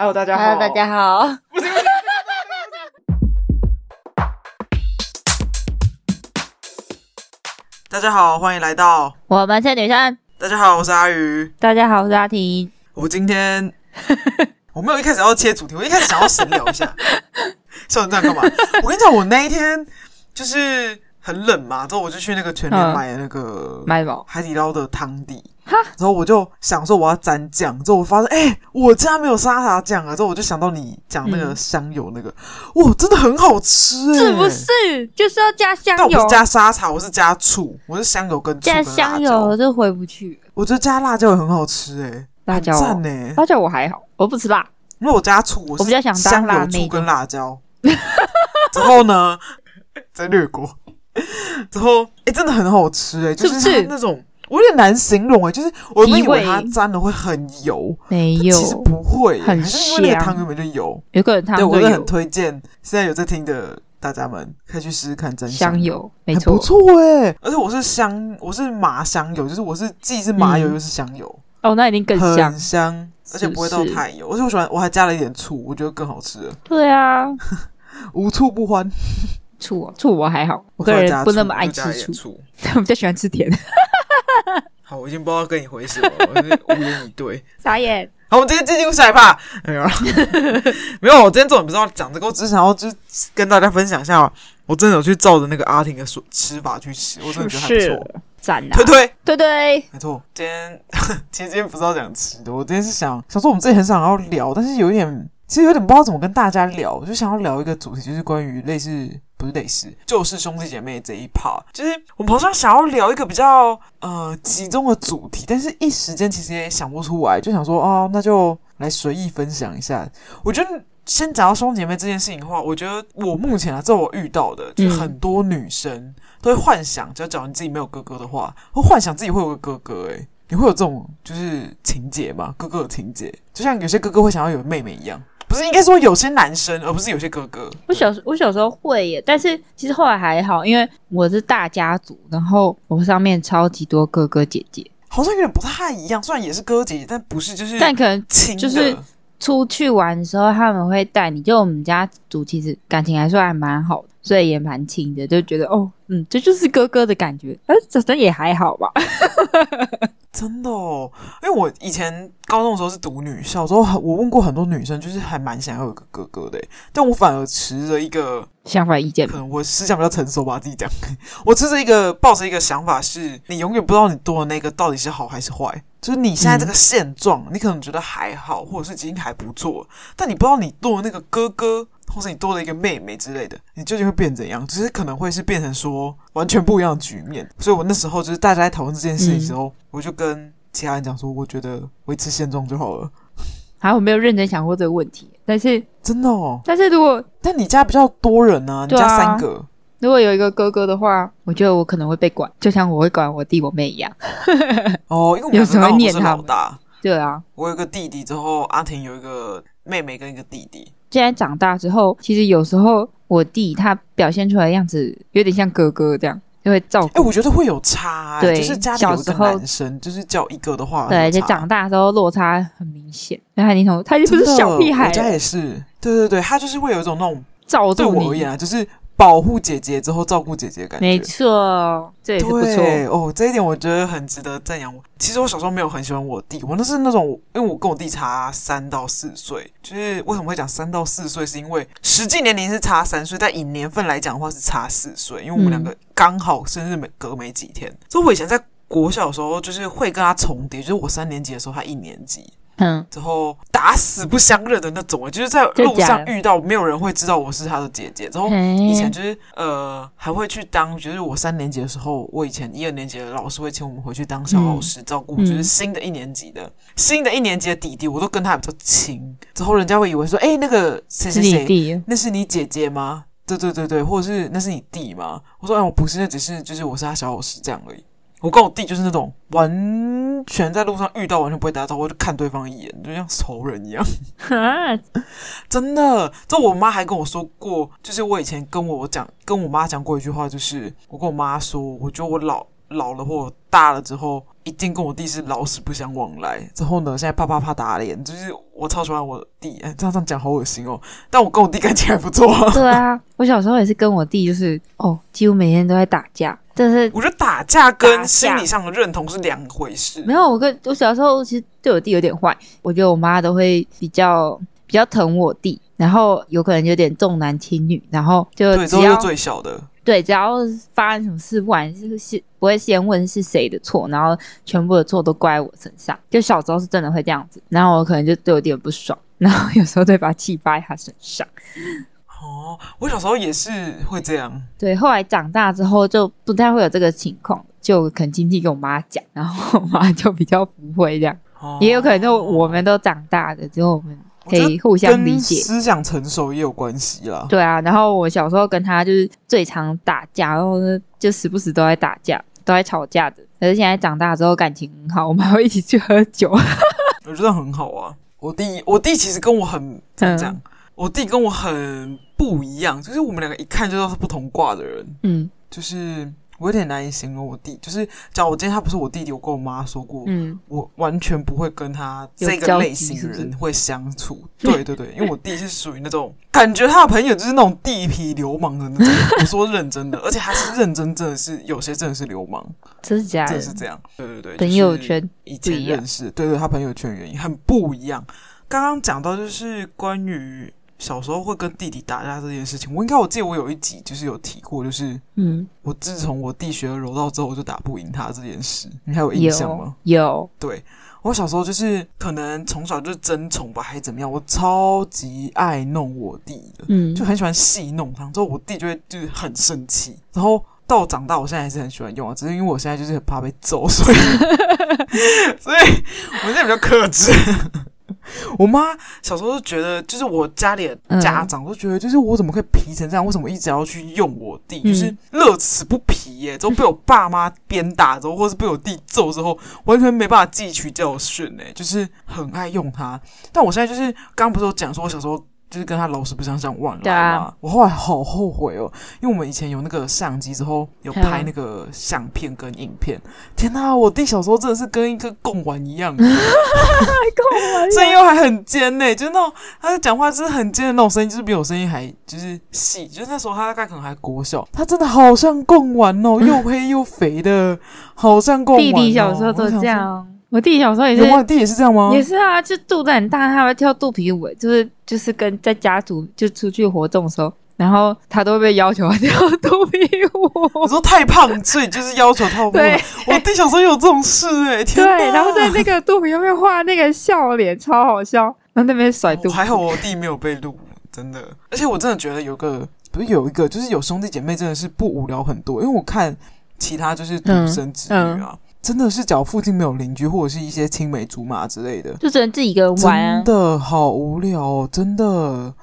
Hello，大家好。 Hello，大家好。大家好，欢迎来到。我们是女生。大家好，我是阿鱼。大家好，我是阿婷。我 今天我没有一开始要切主题，我一开始想要闲聊 一下。笑成这样干嘛？我跟你讲，我那一天就是很冷嘛，之后我就去那个全联嗯买那个麦宝，海底捞的汤底。然后我就想说我要沾酱，之后我发现哎、我家没有沙茶酱啊，之后我就想到你讲那个嗯香油那个，哇，真的很好吃、哎是不是就是要加香但我不油是？加沙茶，我是加醋，我是香油跟醋加跟辣香椒油。就回不去。我觉得加辣椒也很好吃哎、辣椒很哦赞呢、辣椒我还好，我不吃辣。因为我加醋，我是我比较想当香辣油妹醋跟辣椒。之后呢， 再略过。之后哎、真的很好吃哎、就是不是它那种我有点难形容哎、就是我原本以为提味它沾了会很油，没但有，其实不会、欸，很还是因为那个香汤原本就油。有个人他对，我们真的有很推荐，现在有在听的大家们可以去试试看真香油。油，没很错不，错哎、而且我是香，我是麻香油，就是我是既是麻油嗯又是香油，哦，那一定更香很。香，而且不会到是不是太油。而且我喜欢，我还加了一点醋，我觉得更好吃了，对啊，无醋不欢。醋哦醋我还好，我我个突然人加不醋那么我爱就加了一吃点醋， 醋。我比较喜欢吃甜。好，我已经不知道跟你回什么了，我是无言以对。傻眼，好，我们直接进入下一趴。没有啦， 没有。我今天重点不是要讲这个，我只是想要就是跟大家分享一下，我真的有去照着那个阿婷的说吃法去吃，我是不真的觉得还不是错。？赞啊推！推。对对，没错，今天 其实今天不是要讲吃的，我今天是想想说我们自己很想要聊，但是有一点其实有点不知道怎么跟大家聊，我就想要聊一个主题，就是关于类似不是类似，就是兄弟姐妹这一 part，就是我们好像想要聊一个比较呃集中的主题，但是一时间其实也想不出来，就想说哦，那就来随意分享一下。我觉得先讲到兄弟姐妹这件事情的话，我觉得我目前啊，这我遇到的，就是很多女生。都会幻想，只要假如你自己没有哥哥的话，会幻想自己会有个哥哥、欸。你会有这种就是情节吗？哥哥的情节，就像有些哥哥会想要有妹妹一样，不是应该说有些男生，而不是有些哥哥。我小我小时候会耶，但是其实后来还好，因为我是大家族，然后我上面超级多哥哥姐姐，好像有点不太一样，虽然也是哥哥姐姐，但不是就是但可能亲的，就是出去玩的时候他们会带你，就我们家族其实感情还算还蛮好的，所以也蛮亲的，就觉得哦，嗯，这就是哥哥的感觉，呃，这这也还好吧，真的哦。因为我以前高中的时候是读女校，之后很我问过很多女生，就是还蛮想要有个哥哥的欸、但我反而持着一个相反意见可吧，能我思想比较成熟吧，自己讲。 我持着一个抱着一个想法是，你永远不知道你多的那个到底是好还是坏。就是你现在嗯这个现状，你可能觉得还好，或者是已经还不错，但你不知道你多的那个哥哥，或是你多了一个妹妹之类的，你究竟会变怎样？只、是可能会是变成说完全不一样的局面。所以我那时候就是大家在讨论这件事情嗯的时候，我就跟其他人讲说，我觉得维持现状就好了。还我没有认真想过这个问题，但是真的哦，但是如果但你家比较多人啊，你对家啊三个，如果有一个哥哥的话，我觉得我可能会被管，就像我会管我弟我妹一样，哦，因为我们两有个时候刚好都念是他老们大。对啊，我有一个弟弟，之后阿婷有一个妹妹跟一个弟弟。现在长大之后，其实有时候我弟他表现出来的样子有点像哥哥这样，就会照哎、顾。我觉得会有差、欸，对就是家里有一小个时候男生，就是叫一个的话，对，有就差长大之后落差很明显。那他已经从他已经真不的是小屁孩我家了，也是，对对对，他就是会有一种那种照对顾我而你言。啊，就是保护姐姐之后照顾姐姐的感觉，没错，这也是不错。对哦，这一点我觉得很值得赞扬我。其实我小时候没有很喜欢我弟，我那是那种，因为我跟我弟差三到四岁，就是为什么会讲三到四岁，是因为实际年龄是差三岁，但以年份来讲的话是差四岁，因为我们嗯两个刚好生日没隔没几天。所以我以前在国小的时候，就是会跟他重叠，就是我三年级的时候，他一年级。嗯，之后打死不相认的那种，就是在真路假上的遇到，没有人会知道我是他的姐姐。然后哦嗯以前就是呃，还会去当，就是我三年级的时候，我以前一二年级的老师会请我们回去当小老师，照顾就是嗯新的一年级的、新的一年级的弟弟，我都跟他比较亲。之后人家会以为说，哎、那个谁是谁你谁，弟，那是你姐姐吗？对对对对，或者是那是你弟吗？我说，哎，我不是，那只是就是我是他小老师这样而已。我跟我弟就是那种完全在路上遇到完全不会打招呼，就看对方一眼，就像仇人一样。哈，真的，这我妈还跟我说过，就是我以前跟我讲，跟我妈讲过一句话，就是我跟我妈说，我觉得我老老了或大了之后，一定跟我弟是老死不相往来。之后呢，现在啪啪啪打脸，就是我超喜欢我弟， 哎，这样这样讲好恶心哦。但我跟我弟感情还不错、啊，对啊，我小时候也是跟我弟，就是哦，几乎每天都在打架，但是我觉得打架跟打架心理上的认同是两回事 没。有我跟我小时候其实对我弟有点坏，我觉得我妈都会比较比较疼我弟，然后有可能有点重男轻女，然后就对，之只后要又最小的，对，只要发生什么事，不管是是不会先问是谁的错，然后全部的错都怪在我身上。就小时候是真的会这样子，然后我可能就对我弟很不爽，然后有时候对把气发在他身上。哦，我小时候也是会这样，对，后来长大之后就不太会有这个情况，就可能亲戚跟我妈讲，然后我妈就比较不会这样，哦、也有可能就我们都长大了之后，我们可以互相理跟解。思想成熟也有关系啦。对啊，然后我小时候跟他就是最常打架，然后呢就时不时都在打架，都在吵架的。可是现在长大之后感情很好，我们还会一起去喝 酒。我觉得很好啊。我弟，我弟其实跟我很怎么讲？嗯我弟跟我很不一样，就是我们两个一看就知道是不同卦的人。嗯就是我有点难以形容我弟，就是假如我今天他不是我弟弟，我跟我妈说过，嗯，我完全不会跟他有这个交集类型是不是人会 相处。对对对，因为我弟是属于那种感觉他的朋友就是那种地痞流氓的那种。我说认真的，而且他是认真，真的是有些真的是流氓，真是假真的的是？这样。对对对，朋友圈以不前一样认识，对对，他朋友圈原因很不一样。刚刚讲到就是关于小时候会跟弟弟打架这件事情，我应该我记得我有一集就是有提过，就是嗯，我自从我弟学了柔道之后，我就打不赢他这件事，你还有印象有吗？有，对我小时候就是可能从小就是争宠吧，还是怎么样，我超级爱弄我弟的，嗯就很喜欢戏弄他，之后我弟就会就是很生气，然后。到我长大，我现在还是很喜欢用啊，只是因为我现在就是很怕被揍，所以 所以我现在比较克制。 我妈小时候就觉得，就是我家里的家长都觉得，就是我怎么可以皮成这样？为什么一直要去用我弟？嗯就是乐此不疲耶、之后被我爸妈鞭打之后，或是被我弟揍之后，完全没办法汲取教训哎、就是很爱用他。但我现在就是刚刚不是有讲说，我小时候就是跟他老死不相向往对来啊嘛。我后来好后悔哦，因为我们以前有那个相机之后有嗯拍那个相片跟影片。天哪、我弟小时候真的是跟一个贡丸 一样，哎声音又还很尖呢、就是那种他讲话就是很尖的那种声音，就是比我声音还就是细。就是那时候他大概可能还国小，他真的好像贡丸哦，又黑又肥的，好像贡丸、哦。弟弟小时候都我想这说。样，我弟弟小时候也是有。吗？你弟也是这样吗？也是啊，就肚子很大，他还会跳肚皮舞，就是就是跟在家族就出去活动的时候，然后他都会被要求跳肚皮舞我。说太胖，所以就是要求太胖。对我弟小时候有这种事哎、天 哪！对，然 后在那个肚皮后面画那个笑脸，超好笑。然后那边甩肚皮，我哦还好我弟没有被录，真的。而且我真的觉得有个不是有一个，就是有兄弟姐妹真的是不无聊很多，因为我看其他就是独生子女啊，真的是找附近没有邻居或者是一些青梅竹马之类的。就只能自己一个人玩啊真。的好无聊哦，真的。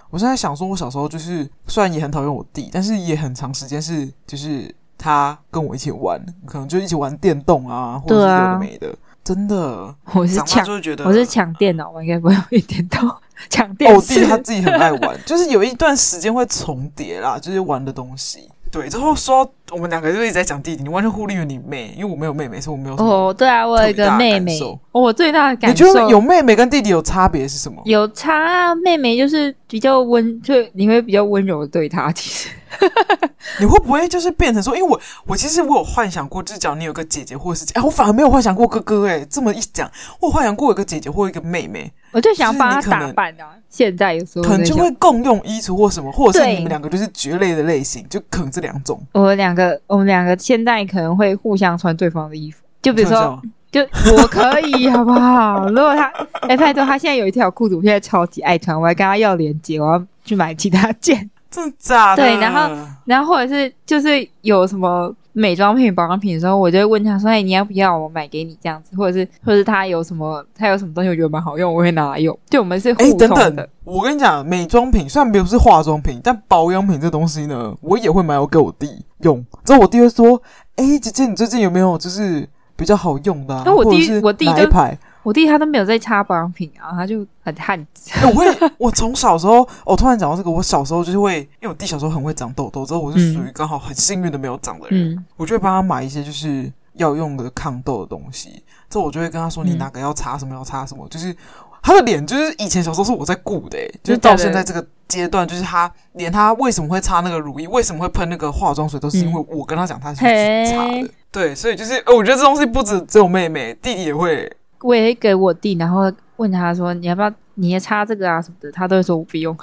我现在想说，我小时候就是虽然也很讨厌我弟，但是也很长时间是就是他跟我一起玩，可能就一起玩电动啊，或者是对有啊的没的。真的，我是长大抢就，会觉得我是抢电脑，我应该不会一点到抢哦电我弟视。他自己很爱玩，就是有一段时间会重叠啦，就是玩的东西。对，之后说到我们两个就一直在讲弟弟，你完全忽略了你妹，因为我没有妹妹，所以我没有什么。哦，对啊，我有一特别个大的妹感妹。受哦我最大的你感觉受得有妹妹跟弟弟有差别是什么？有差啊，妹妹就是比较温，就你会比较温柔的对她。其实， 你会不会就是变成说，因为我我其实我有幻想过，就是讲你有个姐姐或者是姐，哎，我反而没有幻想过哥哥、哎，这么一讲，我有幻想过有个姐姐或一个妹妹，我就想就是帮你她可打能扮啊。现在有时候可能在就想会共用衣橱或什么，或者是对你们两个就是蕨类的类型，就可能这两种。我们两个，我们两个现在可能会互相穿对方的衣服，就比如这说样，就我可以，好不好？如果他，哎、拜托，他现在有一条裤子，我现在超级爱穿，我还跟他要链接，我要去买其他件。真的假的？对然后然后或者是就是有什么美妆品、保养品的时候，我就会问他说：“哎，你要不要？我买给你这样子。”或者是，或者是他有什么，他有什么东西我觉得蛮好用，我会拿来用。就我们是互哎，通等的。等，我跟你讲，美妆品虽然不是化妆品，但保养品这东西呢，我也会买我给我弟用。之后我弟会说：“哎、姐姐，你最近有没有就是比较好用的、啊？”那我弟或者是我弟哪就一排？我弟他都没有在擦保养品啊，他就很汉子。 哎我会，我从小时候，我、突然讲到这个，我小时候就是会，因为我弟小时候很会长痘痘，之后我是嗯属于刚好很幸运的没有长的人，嗯我就会帮他买一些就是。要用的抗痘的东西，这我就会跟他说嗯你哪个要擦什么要擦什么，就是他的脸就是以前小时候是我在顾的、欸，就是到现在这个阶段，就是他连他为什么会擦那个乳液，为什么会喷那个化妆水，都是因为我跟他讲他是去擦的嗯嘿。对，所以就是呃我觉得这东西不止只有妹妹，弟弟也会。我也会给我弟，然后问他说你要不要你也擦这个啊什么的，他都会说我不用，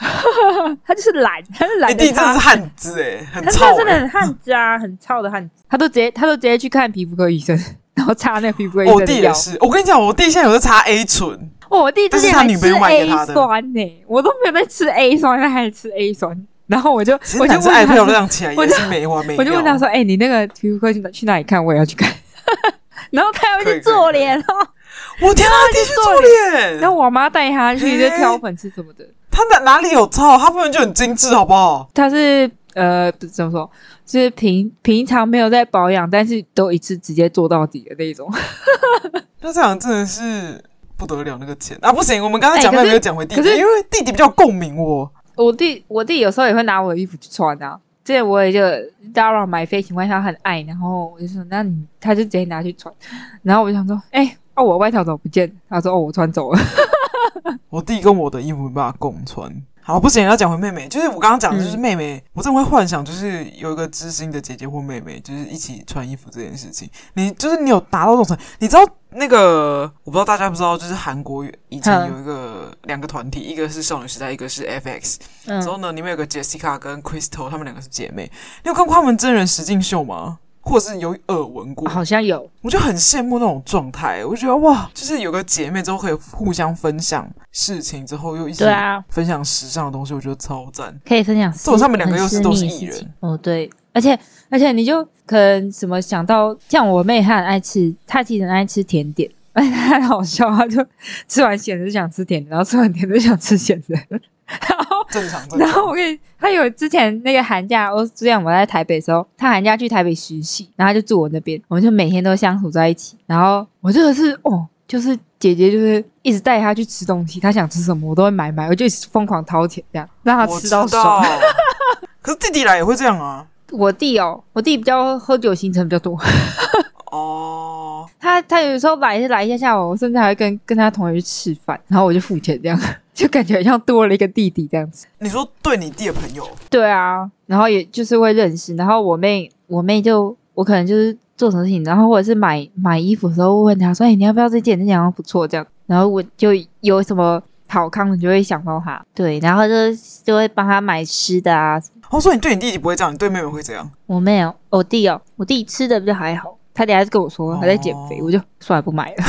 他就是懒，他是你懒哎弟得真的擦是。汉子哎、很他臭、他真的欸。很汉子啊，很臭的汉子，他都直接他都直接去看皮肤科医生， 然后擦那个皮肤科医生哦我的弟药也。是，我跟你讲，我弟现在有在擦 A 醇，哦我弟之前但还是他女朋吃友买给 A 他的酸呢、我都没有在吃 A 酸，他还吃 A 酸，然后我就其实我就男问生爱他漂说，亮起来也我就是没完没了。我就问他说：“哎、你那个皮肤科去哪去哪里看？我也要去看。” 然后他要去做脸哦，我天啊，他弟去做脸，然后我妈带他去就挑粉刺什么的。他哪哪里有操？他本来就很精致，好不好？他是呃不怎么说，就是平平常没有在保养，但是都一次直接做到底的那种。 那这样真的是不得了，那个钱啊！不行，我们刚刚讲哎妹可是没有讲回弟弟，可是因为弟弟比较共鸣我。我弟我弟有时候也会拿我的衣服去穿啊。之前我也就 Dara 买飞行外套很爱，然后我就说那你他就直接拿去穿，然后我就想说哎。哦，我外套怎么不见？他说：“哦，我穿走了。我弟跟我的衣服没办法共穿。好，不行，要讲回妹妹，就是我刚刚讲的，嗯就是妹妹，我真的会幻想，就是有一个知心的姐姐或妹妹，就是一起穿衣服这件事情。你就是你有达到这种程度，你知道那个，我不知道大家不知道，就是韩国以前嗯有一个两个团体，一个是少女时代，一个是 FX。嗯之后呢，里面有个 Jessica 跟 Crystal，她们两个是姐妹。你有看过她们真人实境秀吗？或者是有耳闻过？好像有，我就很羡慕那种状态，我就觉得哇，就是有个姐妹之后可以互相分享事情，之后又一起对啊，分享时尚的东西，我觉得超赞。可以分享私。这种他们两个又是很都是私密的艺人事情哦，对，而且而且你就可能什么想到，像我妹她很爱吃，她其实很爱吃甜点，而且她很好笑，她就吃完咸的就想吃甜的，然后吃完甜的就想吃咸 的，然后 正常，正然常。后我跟你，他有之前那个寒假，我之前我在台北的时候，他寒假去台北实习，然后他就住我那边，我们就每天都相处在一起。然后我真的是哦，就是姐姐就是一直带他去吃东西，他想吃什么我都会买买，我就一直疯狂掏钱这样，让他我吃知到道爽。。可是弟弟来也会这样啊。我弟哦，我弟比较喝酒行程比较多， 哦，他他有时候来是来一下下午，我甚至还会跟跟他同学去吃饭，然后我就付钱这样， 就感觉好像多了一个弟弟这样子。你说对你弟的朋友，对啊，然后也就是会认识，然后我妹我妹就我可能就是做什么事情，然后或者是买买衣服的时候会问她说：“哎、你要不要这件？这件好像不错。”这样，然后我就有什么好看的就会想到她，对，然后就就会帮她买吃的啊。我哦说你对你弟弟不会这样，你对妹妹会这样。我妹哦，我弟哦，我弟吃的比较还好，他等下就跟我说他在减肥，哦我就算了不买了。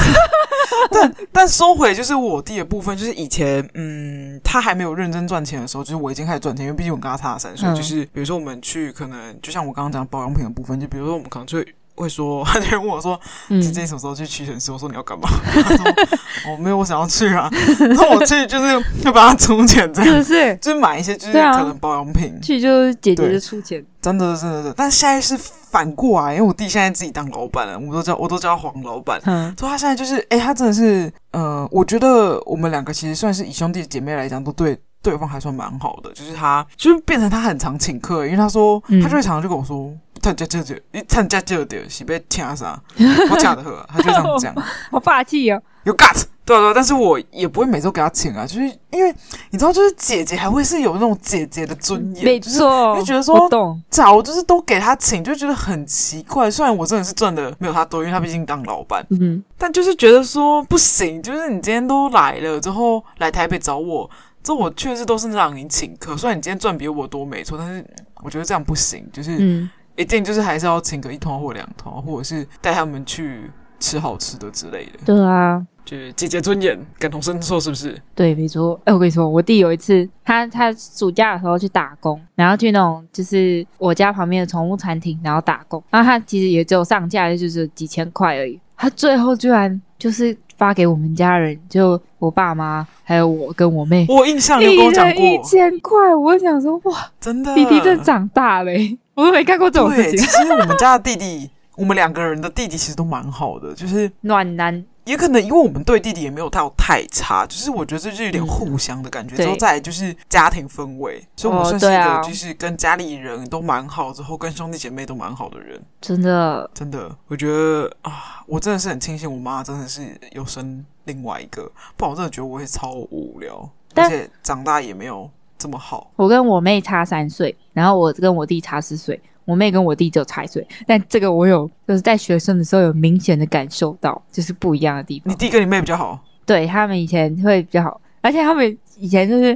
但收回就是我弟的部分，就是以前，嗯，他还没有认真赚钱的时候，就是我已经开始赚钱，因为毕竟我跟他差了三岁。嗯就是比如说我们去，可能就像我刚刚讲保养品的部分，就比如说我们可能就会会说， 他就会问我说， 嗯姐姐你什么时候去屈臣氏？我说你要干嘛？ 他说哦，没有，我想要去啊。 然后我去就是要帮他出钱这是样 不，是？就是买一些就是对啊可能保养品，去就是姐姐对就出钱，真的真的真的。但现在是反过来，因为我弟现在自己当老板了，我都叫我都叫他黄老板。 嗯所以他现在就是，哎、他真的是，呃，我觉得我们两个其实算是以兄弟姐妹来讲，都对对方还算蛮好的。就是他，就是变成他很常请客，因为他说，嗯他就会常常就跟我说，他家这这，你参加这点是被听啥，我假的喝，啊他就这样 讲，好霸气哦。有 gut。对啊对啊，但是我也不会每周给他请啊，就是因为你知道，就是姐姐还会是有那种姐姐的尊严，没就是错，就觉得说我懂，假如就是都给他请，就觉得很奇怪。虽然我真的是赚的没有他多，因为他毕竟当老板，嗯，但就是觉得说不行，就是你今天都来了之后来台北找我，之后我确实都是让你请客。虽然你今天赚比我多没错，但是我觉得这样不行，就是嗯，一定就是还是要请个一通或两通，或者是带他们去吃好吃的之类的，对啊，就是姐姐尊严，感同身受是 不是？对，没错。哎、我跟你说，我弟有一次，他他暑假的时候去打工，然后去那种就是我家旁边的宠物餐厅，然后打工。然后他其实也只有上架就是几千块而已，他最后居然就是发给我们家人，就我爸妈还有我跟我妹，我印象你有一跟我讲人一过，千块。我想说，哇，真的，弟弟真长大嘞、 我都没干过这种对，事其情。实我们家的弟弟，我们两个人的弟弟其实都蛮好的，就是暖男，也可能因为我们对弟弟也没有到太差，就是我觉得这是有点互相的感觉。嗯之后对再来就是家庭氛围，所以我们哦算是一对个啊就是跟家里人都蛮好，之后跟兄弟姐妹都蛮好的人。真的真的，我觉得啊，我真的是很庆幸我妈真的是有生另外一个，不然我真的觉得我会超无聊，而但且长大也没有这么好。我跟我妹差三岁，然后我跟我弟差四岁，我妹跟我弟只有差一岁，但这个我有就是在学生的时候有明显的感受到，就是不一样的地你方。弟跟你妹比较哦好，对他们以前会比较好，而且他们以前就是，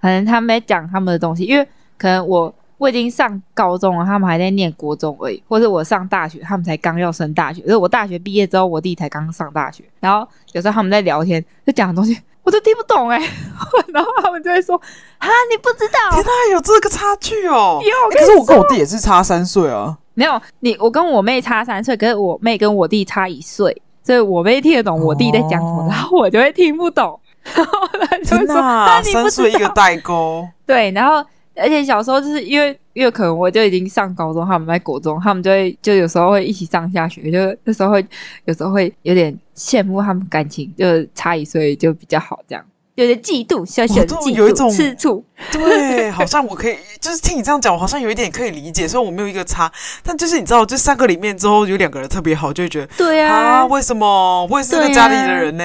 可能他们在讲他们的东西，因为可能我我已经上高中了，他们还在念国中而已，或者我上大学，他们才刚要升大学，就是我大学毕业之后，我弟才刚上大学，然后有时候他们在聊天，就讲的东西我都听不懂哎、 然后他们就会说啊你不知道 天，哪，有这个差距哦！有我欸跟你可是我跟我弟也是差三 岁啊。没有你，我跟我妹差三岁，可是我妹跟我弟差一岁，所以我妹听得懂我弟在讲什么，哦然后我就会听不懂， 然后他就天会说：“哪，啊，你三不岁知一个道。代沟，” 对，然后而且小时候就是因为因为可能我就已经上高中，他们在国中，他们就会就有时候会一起上下学，就那时候会有时候会有点羡慕他们感情，就差一岁就比较好，这样有点嫉妒，小小我的都嫉有一妒种吃醋。 对，好像我可以，就是听你这样讲，我好像有一点可以理解，虽然我没有一个差，但就是你知道，就三个里面之后有两个人特别好，就会觉得对啊，啊，为什么我也是那个对家啊里的人呢？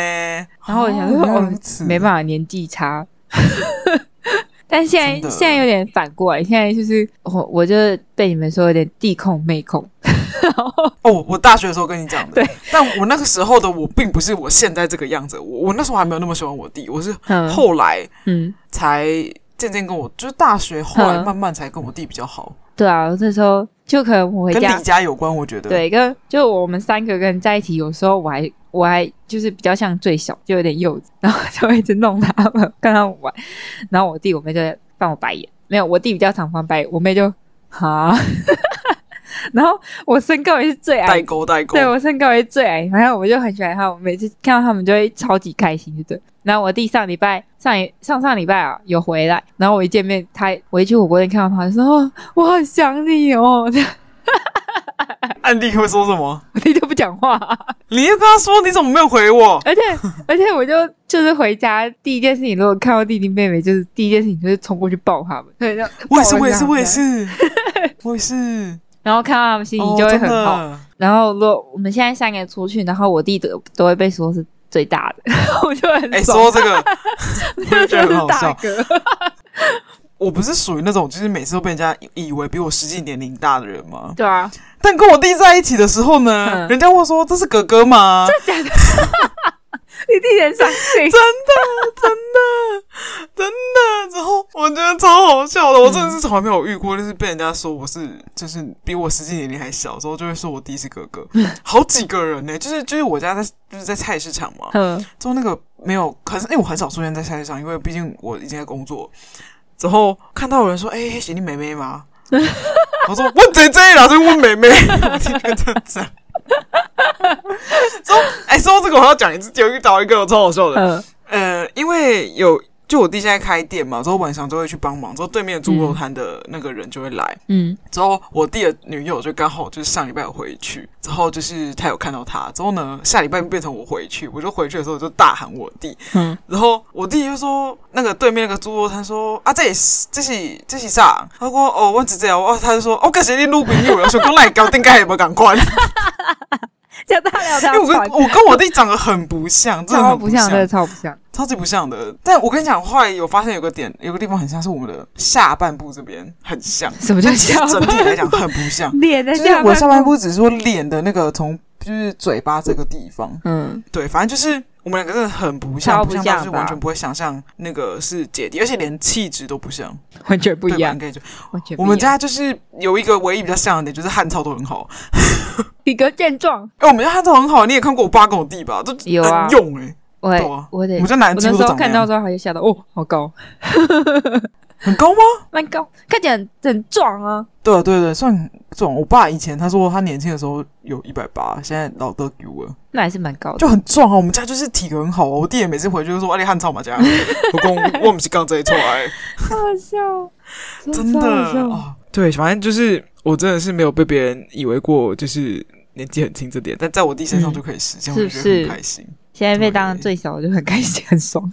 然后我想哦说，原来哦如此，没办法，年纪差。 但现真的在现在有点反过来，现在就是我我就是被你们说有点地控妹控，哦，我大学的时候跟你讲的，对，但我那个时候的我并不是我现在这个样子，我我那时候还没有那么喜欢我弟，我是嗯后来嗯，才渐渐跟我，就是大学后来嗯慢慢才跟我弟比较好，对啊，那时候就可能我回跟家李，家有关，我觉得，，对，跟就我们三个人在一起，有时候我还我还就是比较像最小，就有点幼稚， 然后就一直弄他们跟他们玩，然后我弟我妹就在翻我白眼，没有，我弟比较常翻白眼，我妹就哈， 然后我身高也是最矮代沟代沟，啊对我身高也最矮，然后我就很喜欢他，我每次看到他们就会超级开心，就对。然后我弟上礼拜上一上上礼拜啊有回来，然后我一见面，他我一去火锅店看到他，就说、哦、我好想你哦， 这样安迪会说什么？ 我弟就不讲话、你又跟他说你怎么没有回我？而且 而且我就就是回家第一件事情，如果看到弟弟妹妹，就是第一件事情就是冲过去抱他们，对，这样我也是，抱我也一是，下我也这样是，我 也是，然后看到他们心情哦就会真很的好。然后如果我们现在三个人出去，然后我弟都都会被说是最大的， 我就很 哎，爽说到这个， 就觉得很是好大笑哥。我不是属于那种就是每次都被人家以为比我实际年龄大的人吗？对啊，但跟我弟在一起的时候呢，嗯人家会说这是哥哥吗？ 你弟很伤心 真。的，真的，真的。之后我觉得超好笑的，我嗯真的是从来没有遇过，就是被人家说我是就是比我实际年龄还小，之后就会说我弟是哥 哥，好几个人呢、就是就是我家在就是在菜市场嘛，嗯，之后那个没有，可是因为我很少出现在菜市场，因为毕竟我已经在工作。之后看到有人说：“哎、欸，是你妹妹吗？” 我说：“问谁这啦，就问妹妹。” 我听个这样讲。之后，哎、说到这个，我要讲一次，有遇到一个超好笑的。嗯，呃，因为有就我弟现在开店嘛，之后晚上都会去帮忙，之后对面猪肉摊的那个人就会来。嗯，之后我弟的女友就刚好就是上礼拜有回去，之后就是他有看到他，之后呢下礼拜变成我回去，我就回去的时候就大喊我弟，嗯，然后我弟就说那个对面那个猪肉摊说啊这也是这是这是啥？他说哦我只这样，哦他就说哦感谢你路边有人说过来搞定盖有没有赶快？ 因叫大聊他哎为我跟传，我跟我弟长得很不像，真的超很不像像，，真的超不像。超级不像的。但我跟你讲，后来有发现有个点，有个地方很像是我们的下半部这边很像，什么叫但其实 下整半体来讲很不像。脸在就是我半下半，部只是说脸的那个从就是嘴巴这个地方，嗯，对，反正就是我们两个真的很不像，超不不像像到就是完吧全不会想象那个是姐弟，而且连气质都不像，完全不对一吧？样应，该就完全不一样。我们家就是有一个唯一比较像的点，就是汉操都很好。体格健壮，哎、我们家汉操很好，你也看过我爸跟我弟吧？都有啊很用哎、我对啊我得我，们家男我人几那乎时都候长那看到样，之后还就吓到，哦，好高，很高吗？蛮高，看起来很很壮啊。对啊，对对，算这种。我爸以前他说他年轻的时候有一百八，现在老得丢了。那还是蛮高的，就很壮啊！我们家就是体格很好啊，我弟也每次回去就说：“啊，你汉超嘛家，不公，我们是刚这一出来，好好笑哦，真的超好笑哦。”对，反正就是我真的是没有被别人以为过，就是年纪很轻这点，但在我弟身上就可以实现，是我就觉得很开心。现在被当最小，我就很开心，很爽。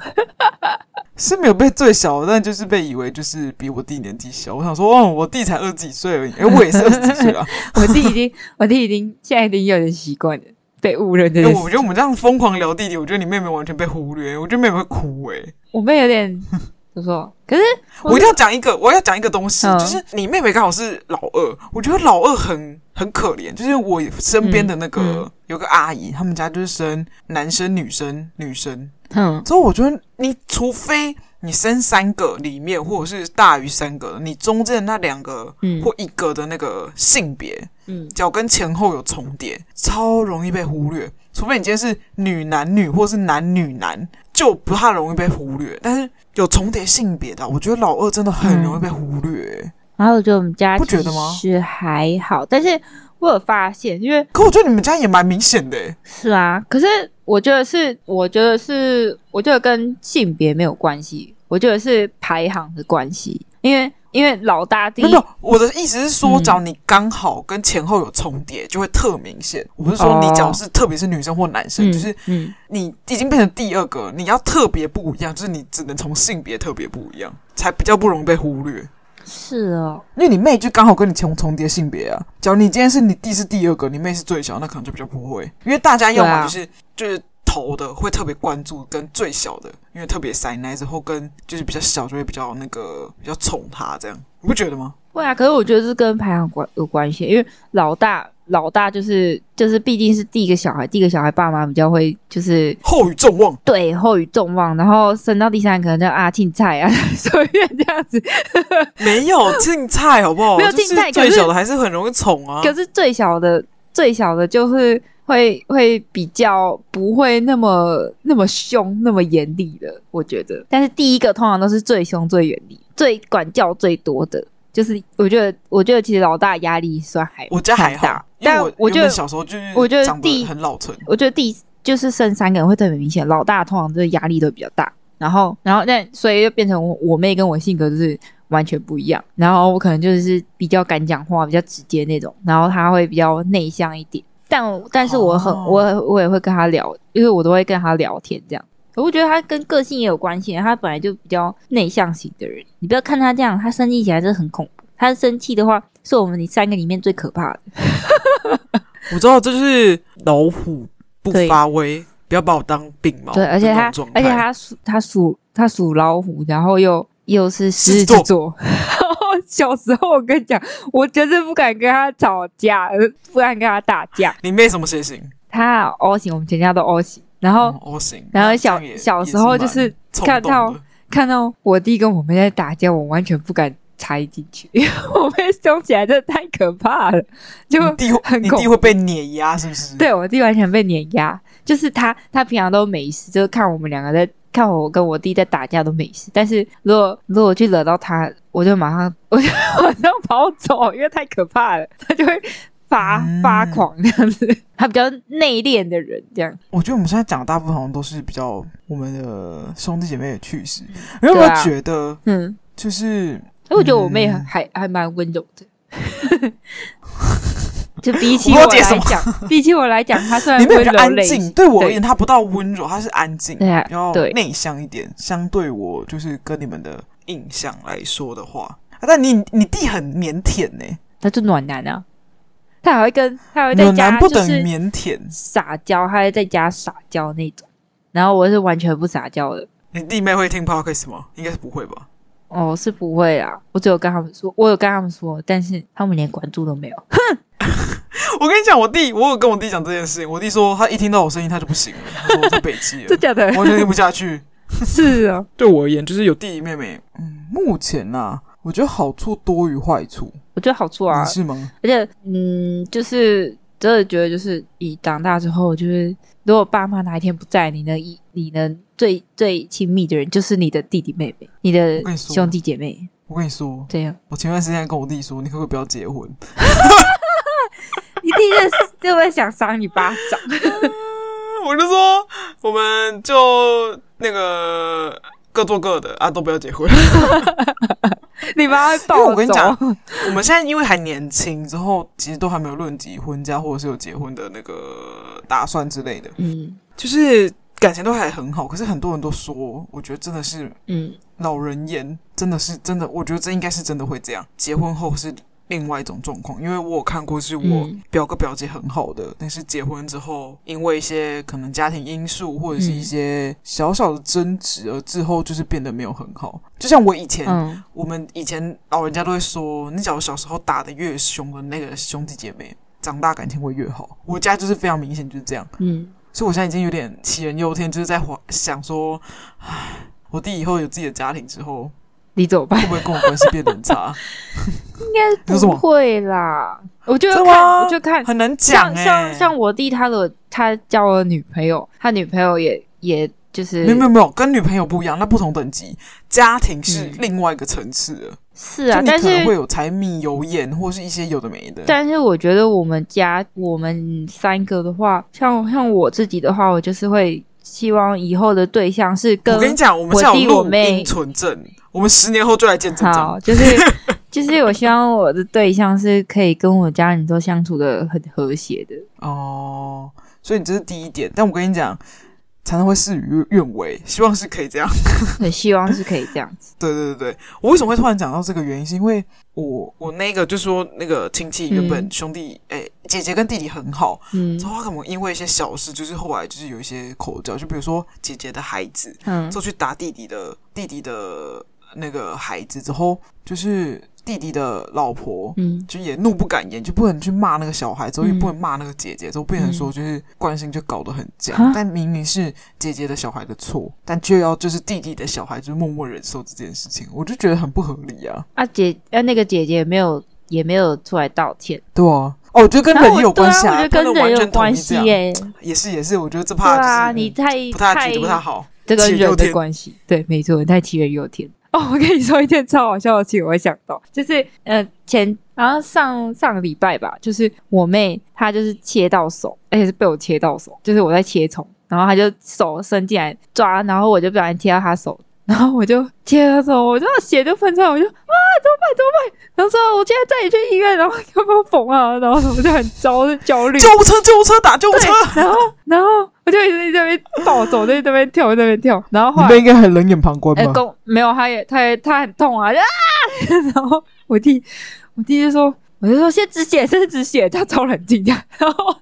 是没有被最小，但就是被以为就是比我弟年纪小。我想说，哦，我弟才二十几岁而已，哎、我也是二十几岁啊。我弟已经，我弟已经现在已经有点习惯了被误认这哎、件事。我觉得我们这样疯狂聊弟弟，我觉得你妹妹完全被忽略，我觉得妹妹会哭哎、我妹有点怎么说？可是我我一定要讲一个，我要讲一个东西，嗯就是你妹妹刚好是老二，我觉得老二很很可怜，就是我身边的那个、嗯嗯有个阿姨，他们家就是生男生、女生、女生，嗯，之后我觉得你除非你生三个里面，或者是大于三个，你中间的那两个嗯或一个的那个性别，嗯，脚跟前后有重叠，超容易被忽略。除非你今天是女男女，或是男女男，就不太容易被忽略。但是有重叠性别的，我觉得老二真的很嗯容易被忽略、欸然后我觉得我们家不觉得吗是还好，但是我有发现，因为可我觉得你们家也蛮明显的、欸，是啊，可是我觉得是，我觉得是，我觉得跟性别没有关系，我觉得是排行的关系，因为因为老大第没一有没有。我的意思是说，嗯只要你刚好跟前后有重叠，就会特明显。我不是说哦你只要是特别是女生或男生，嗯就是嗯，你已经变成第二个，你要特别不一样，就是你只能从性别特别不一样，才比较不容易被忽略。是哦，因为你妹就刚好跟你重重叠性别啊。假如你今天是你弟是第二个，你妹是最小，那可能就比较不会，因为大家要啊么就是、就是头的会特别关注跟最小的，因为特别塞奶之后跟就是比较小就会比较那个比较宠她这样，你不觉得吗？会啊，可是我觉得是跟排行关有关系，因为老大老大就是就是毕竟是第一个小孩，第一个小孩爸妈比较会就是后与众望，对后与众望，然后升到第三可能叫阿庆菜啊， 随便这样子。没有竞菜好不好？没有就是竞赛可是最小的还是很容易宠啊。可是最小的最小的就是会会比较不会那么那么凶那么严厉的，我觉得。但是第一个通常都是最凶最严厉最管教最多的，就是我觉得我觉得其实老大压力算还我家还蛮大好，因为但我我觉原本得小时候就是我觉得长弟得很老成。我觉得第就是剩三个人会特别明显，老大通常就是压力都比较大，然后然后那所以就变成我我妹跟我性格就是完全不一样，然后我可能就是比较敢讲话，比较直接那种，然后她会比较内向一点，但但是我很、哦我我也会跟她聊，因为我都会跟她聊天这样。我觉得她跟个性也有关系，她本来就比较内向型的人。你不要看她这样，她生气起来真的很恐怖。她生气的话，是我们三个里面最可怕的。我知道，这就是老虎不发威，不要把我当病猫。对，而且他哦这种状，态而且他属他属他属老虎，然后又又是狮狮子子座。 然后小时候我跟你讲，我绝对不敢跟他吵架，呃不敢跟他打架。你妹什么血型？他 O 型，我们全家都 O 型。然后嗯，O 型。哦然后这样小也小时候就是看到，看到我弟跟我妹在打架，我完全不敢插进去， 因为我妹凶起来真的太可怕了，就也是蛮冲动的很你弟会你恐弟会被碾压，是不是？，对我弟完全被碾压，就是他，他平常都没事，就是看我们两个在看我跟我弟在打架都没事，但是如果如果我去惹到他，我就马上我就马上跑走，因为太可怕了，他就会发、嗯发狂这样子。他比较内敛的人这样，我觉得我们现在讲的大部分好像都是比较我们的兄弟姐妹的趣事。你有没有对啊觉得嗯，就是所以我觉得我妹嗯还、还蛮温柔的。 就比起我不我知道接来什么讲，比起我来讲，她虽然你妹温比较柔安类型静？，对我而对言，她不到温柔，她是安静，对啊比较对内向一点。相对我就是跟你们的印象来说的话，啊但你你弟很腼腆呢、她就暖男啊，她还会跟她还会在暖家男不就等是腼腆，撒娇，他会在家撒娇那种。然后我是完全不撒娇的，你弟妹会听 podcast 吗？应该是不会吧？哦，是不会啦。我只有跟他们说，我有跟他们说，但是他们连关注都没有。我跟你讲，我弟，我有跟我弟讲这件事情，我弟说他一听到我声音他就不行了，他说他北极 了真，假 的？完全听不下去。是哦， 对我而言，就是有弟弟妹妹，嗯，目前呐、我觉得好处多于坏处，我觉得好处啊你，是吗？而且嗯，就是真的觉得，就是以长大之后，就是如果爸妈哪一天不在，你能一你能最最亲密的人就是你的弟弟妹妹，你的我跟你说兄弟姐妹，啊我跟你说，这样。我前段时间跟我弟说，你可不可以不要结婚？ 你弟就就会想赏你巴掌。我就说，我们就那个各做各的啊，都不要结婚。 你妈会因为暴我跟你走讲，我们现在因为还年轻，之后其实都还没有论及婚嫁或者是有结婚的那个打算之类的。嗯，就是感情都还很好，可是很多人都说，我觉得真的是嗯，老人言，真的是真的，我觉得这应该是真的会这样。结婚后是另外一种状况，因为我有看过是我嗯表哥表姐很好的，但是结婚之后，因为一些可能家庭因素或者是一些小小的争执，而之后就是变得没有很好。就像我以前，嗯，我们以前老人家都会说，你假如小时候打的越凶的那个兄弟姐妹，长大感情会越好。我家就是非常明显就是这样。嗯，所以我现在已经有点杞人忧天，就是在怀想说，唉，我弟以后有自己的家庭之后，你怎么办会？不会跟我关系变得很差？应该有什不么会啦，我就真的看，吗我就 看，很难讲像哎、像像我弟他的他交了女朋友，他女朋友也也就是没有没有没有，跟女朋友不一样，那不同等级，家庭是嗯另外一个层次的，是啊就，你但可能会是有柴米油盐，或是一些有的没的。但是我觉得我们家我们三个的话，像像我自己的话，我就是会希望以后的对象是跟我跟你讲，我们我现在弟有我录妹音存证，我们十年后就来见证章。好，就是 就是我希望我的对象是可以跟我家人都相处的很和谐的。哦，所以你这是第一点，但我跟你讲，常常会事与愿愿违，希望是可以这样。很希望是可以这样子。对对对，对，我为什么会突然讲到这个原因，是因为我我那个就说那个亲戚原本嗯兄弟哎、姐姐跟弟弟很好，嗯之后他可能因为一些小事，就是后来就是有一些口角，就比如说姐姐的孩子，嗯就去打弟弟的弟弟的那个孩子之后，就是弟弟的老婆。嗯就也怒不敢言，就不能去骂那个小孩，之后也嗯不能骂那个姐姐，之后变成说就是惯性就搞得很僵。哈但明明是姐姐的小孩的错，但却要就是弟弟的小孩就默默忍受这件事情，我就觉得很不合理啊。啊姐啊那个姐姐也没有也没有出来道歉，对啊，哦，我觉得跟然后人我也有对关系啊，我觉不得能跟人完有全统关一系这样。耶。也是也是，我觉得这对怕就是、啊，你太不太太举得不太好。这跟杞人忧人天的关系，对，没错，太杞人忧天。 哦，我跟你说一件超好笑的事情，我会想到，就是呃前好像上上个礼拜吧，就是我妹她就是切到手，而且是被我切到手，就是我在切葱，然后她就手伸进来抓，然后我就不小心贴到她手，然后我就切到手，我就血就喷出来，我就啊怎么办怎么办？然后说我现在带你去医院，然后要不要缝啊？然后什么就很焦焦 虑，救护车，救护车，打救护车！然后然后我就一直在那边暴走，在那边跳，在那边跳，然后后你来们应该很冷眼旁观哎，吧？公没有，他也，他也，他很痛啊，就啊！ 然后我弟，我弟就说，我就说先止血，先止血，他超冷静的。 然后，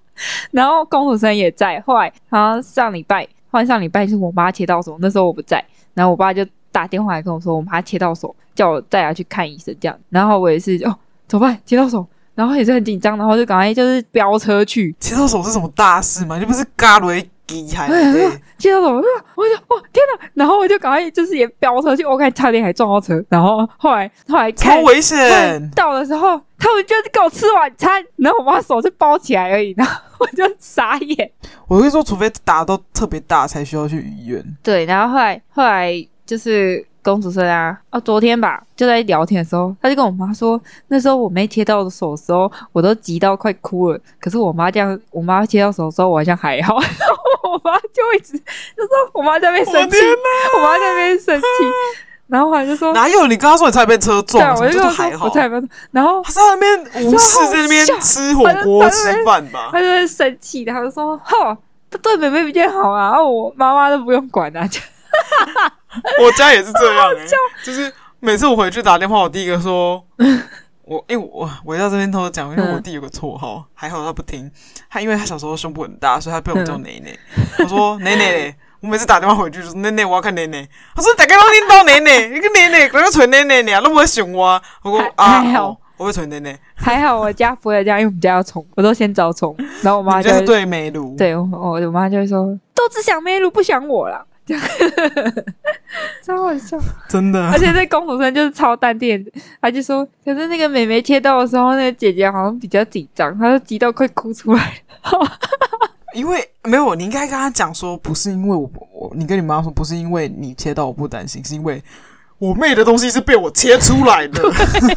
然后公主生也在，后来，然后上礼拜，后来上礼拜是我妈切到手，那时候我不在，然后我爸就打电话来跟我说，我妈切到手，叫我带她去看医生这样。然后我也是，哦，怎么办？切到手，然后也是很紧张，然后就赶快就是飙车去，骑到手是什么大事吗？你不是嘎雷鸡 还对？接到什么？我就哇天哪！然后我就赶快就是也飙车去，我看差点还撞到车。然后后来后来超看危快险！到的时候，他们就是给我吃晚餐，然后我把手就包起来而已，然后我就傻眼。我会说，除非打到特别大才需要去医院。对，然后后来后来就是公主生啊，哦，昨天吧，就在聊天的时候，她就跟我妈说，那时候我没贴到手的时候，我都急到快哭了。可是我妈这样，我妈贴到手的时候，我好像还好。然后我妈就一直就说，我妈在那边我的生气，天 我妈在那边生 气，然后后来就说，哪有你刚刚说你差点被车对啊撞，，我什就跟么都她说还好我。才没有，然后他在那边无视，在那边吃火锅吃饭吧他。就会生气，他就说：“吼，不对妹妹比较好啊，哦，我妈妈都不用管 啊。就我家也是这样、欸，就是每次我回去打电话，我第一个说， 我因为我我到这边偷偷讲，因嗯为我弟有个绰号，还好他不听，他因为他小时候胸部很大，所以他被我嗯们叫奶奶。我说奶奶嘞。我每次打电话回去就说奶奶，我要看奶奶。他说大家都听到奶奶，你个奶奶，我要传奶奶呢，那不会想我。我说啊，还好哦我会传奶奶，还好我家不会这样，因为我们家要宠，我都先找宠，然后我妈你就就是会对梅卢。对我我我妈就会说：都只想妹路，不想我啦。” 这样超好 笑，真的而。且那公主生就是超淡定，她就说：“可是那个妹妹切到的时候，那个姐姐好像比较紧张，她就急到快哭出来。因为没有，你应该跟他讲说，不是因为我我你跟你妈说，不是因为你切到我不担心，是因为我妹的东西是被我切出来的。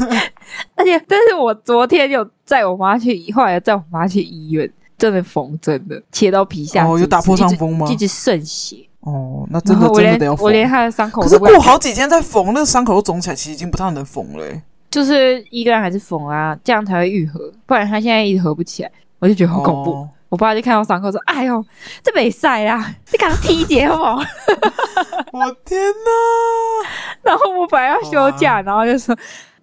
而且，但是我昨天有载我妈去，后来有载我妈去医院，真的缝针的，切到皮下，哦有打破伤风吗一直一直渗血，哦，那真然的后我真的连得要缝我。连她的伤口可都是不敢过好几天再缝，那个伤口都肿起来，其实已经不太能缝了欸、就是依然还是缝啊，这样才会愈合，不然她现在一直合不起来，我就觉得好恐怖。哦我爸就看到伤口说：“哎呦，这没晒啦，这刚踢结哦。我哦天哪！”然后我本来要休假，然后就说：“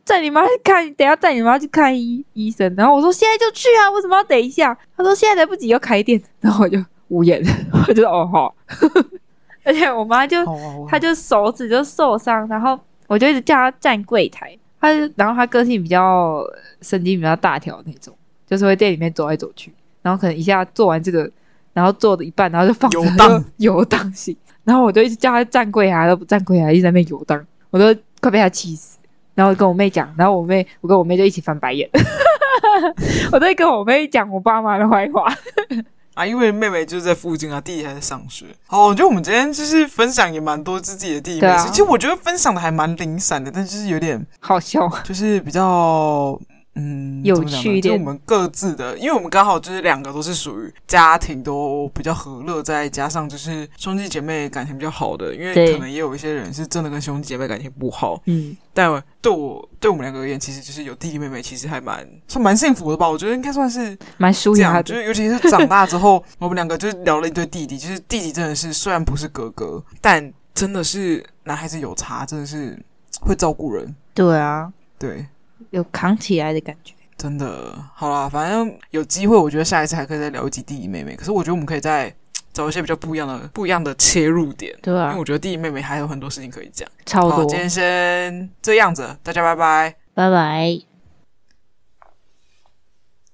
带你妈去看，等一下带你妈去看医医生。”然后我说：“现在就去啊，为什么要等一下？”他说：“现在来不及，要开店。”然后我就无言， 我就说哦好。 而且我妈就好啊，他就手指就受伤，然后我就一直叫他站柜台，他就然后他个性比较神经比较大条那种，就是会店里面走来走去，然后可能一下做完这个，然后做的一半，然后就放着游他荡就游荡性，然后我就一直叫他站柜台，他都不站柜台，一直在那边游荡，我都快被他气死。然后我跟我妹讲，然后我妹我跟我妹就一起翻白眼， 我都会跟我妹讲我爸妈的坏话。啊，因为妹妹就在附近啊，弟弟还在上学。好，我觉得我们今天就是分享也蛮多自己的弟弟对妹啊事。其实我觉得分享的还蛮零散的，但就是有点好笑，就是比较嗯有怎么讲呢趣一点就是我们各自的，因为我们刚好就是两个都是属于家庭都比较和乐，再加上就是兄弟姐妹感情比较好的，因为对可能也有一些人是真的跟兄弟姐妹感情不好，嗯，但对我对我们两个而言，其实就是有弟弟妹妹，其实还蛮算蛮幸福的吧。我觉得应该算是蛮舒这压样，的就。是尤其是长大之后，我们两个就是聊了一堆弟弟，就是弟弟真的是虽然不是哥哥，但真的是男孩子有差，真的是会照顾人，对啊，对。有扛起来的感觉。真的，好啦，反正有机会，我觉得下一次还可以再聊一集弟弟妹妹。可是我觉得我们可以再找一些比较不一样的、不一样的切入点，对因啊为，我觉得弟弟妹妹还有很多事情可以讲。超好，多今。天先这样子，大家拜拜。拜拜。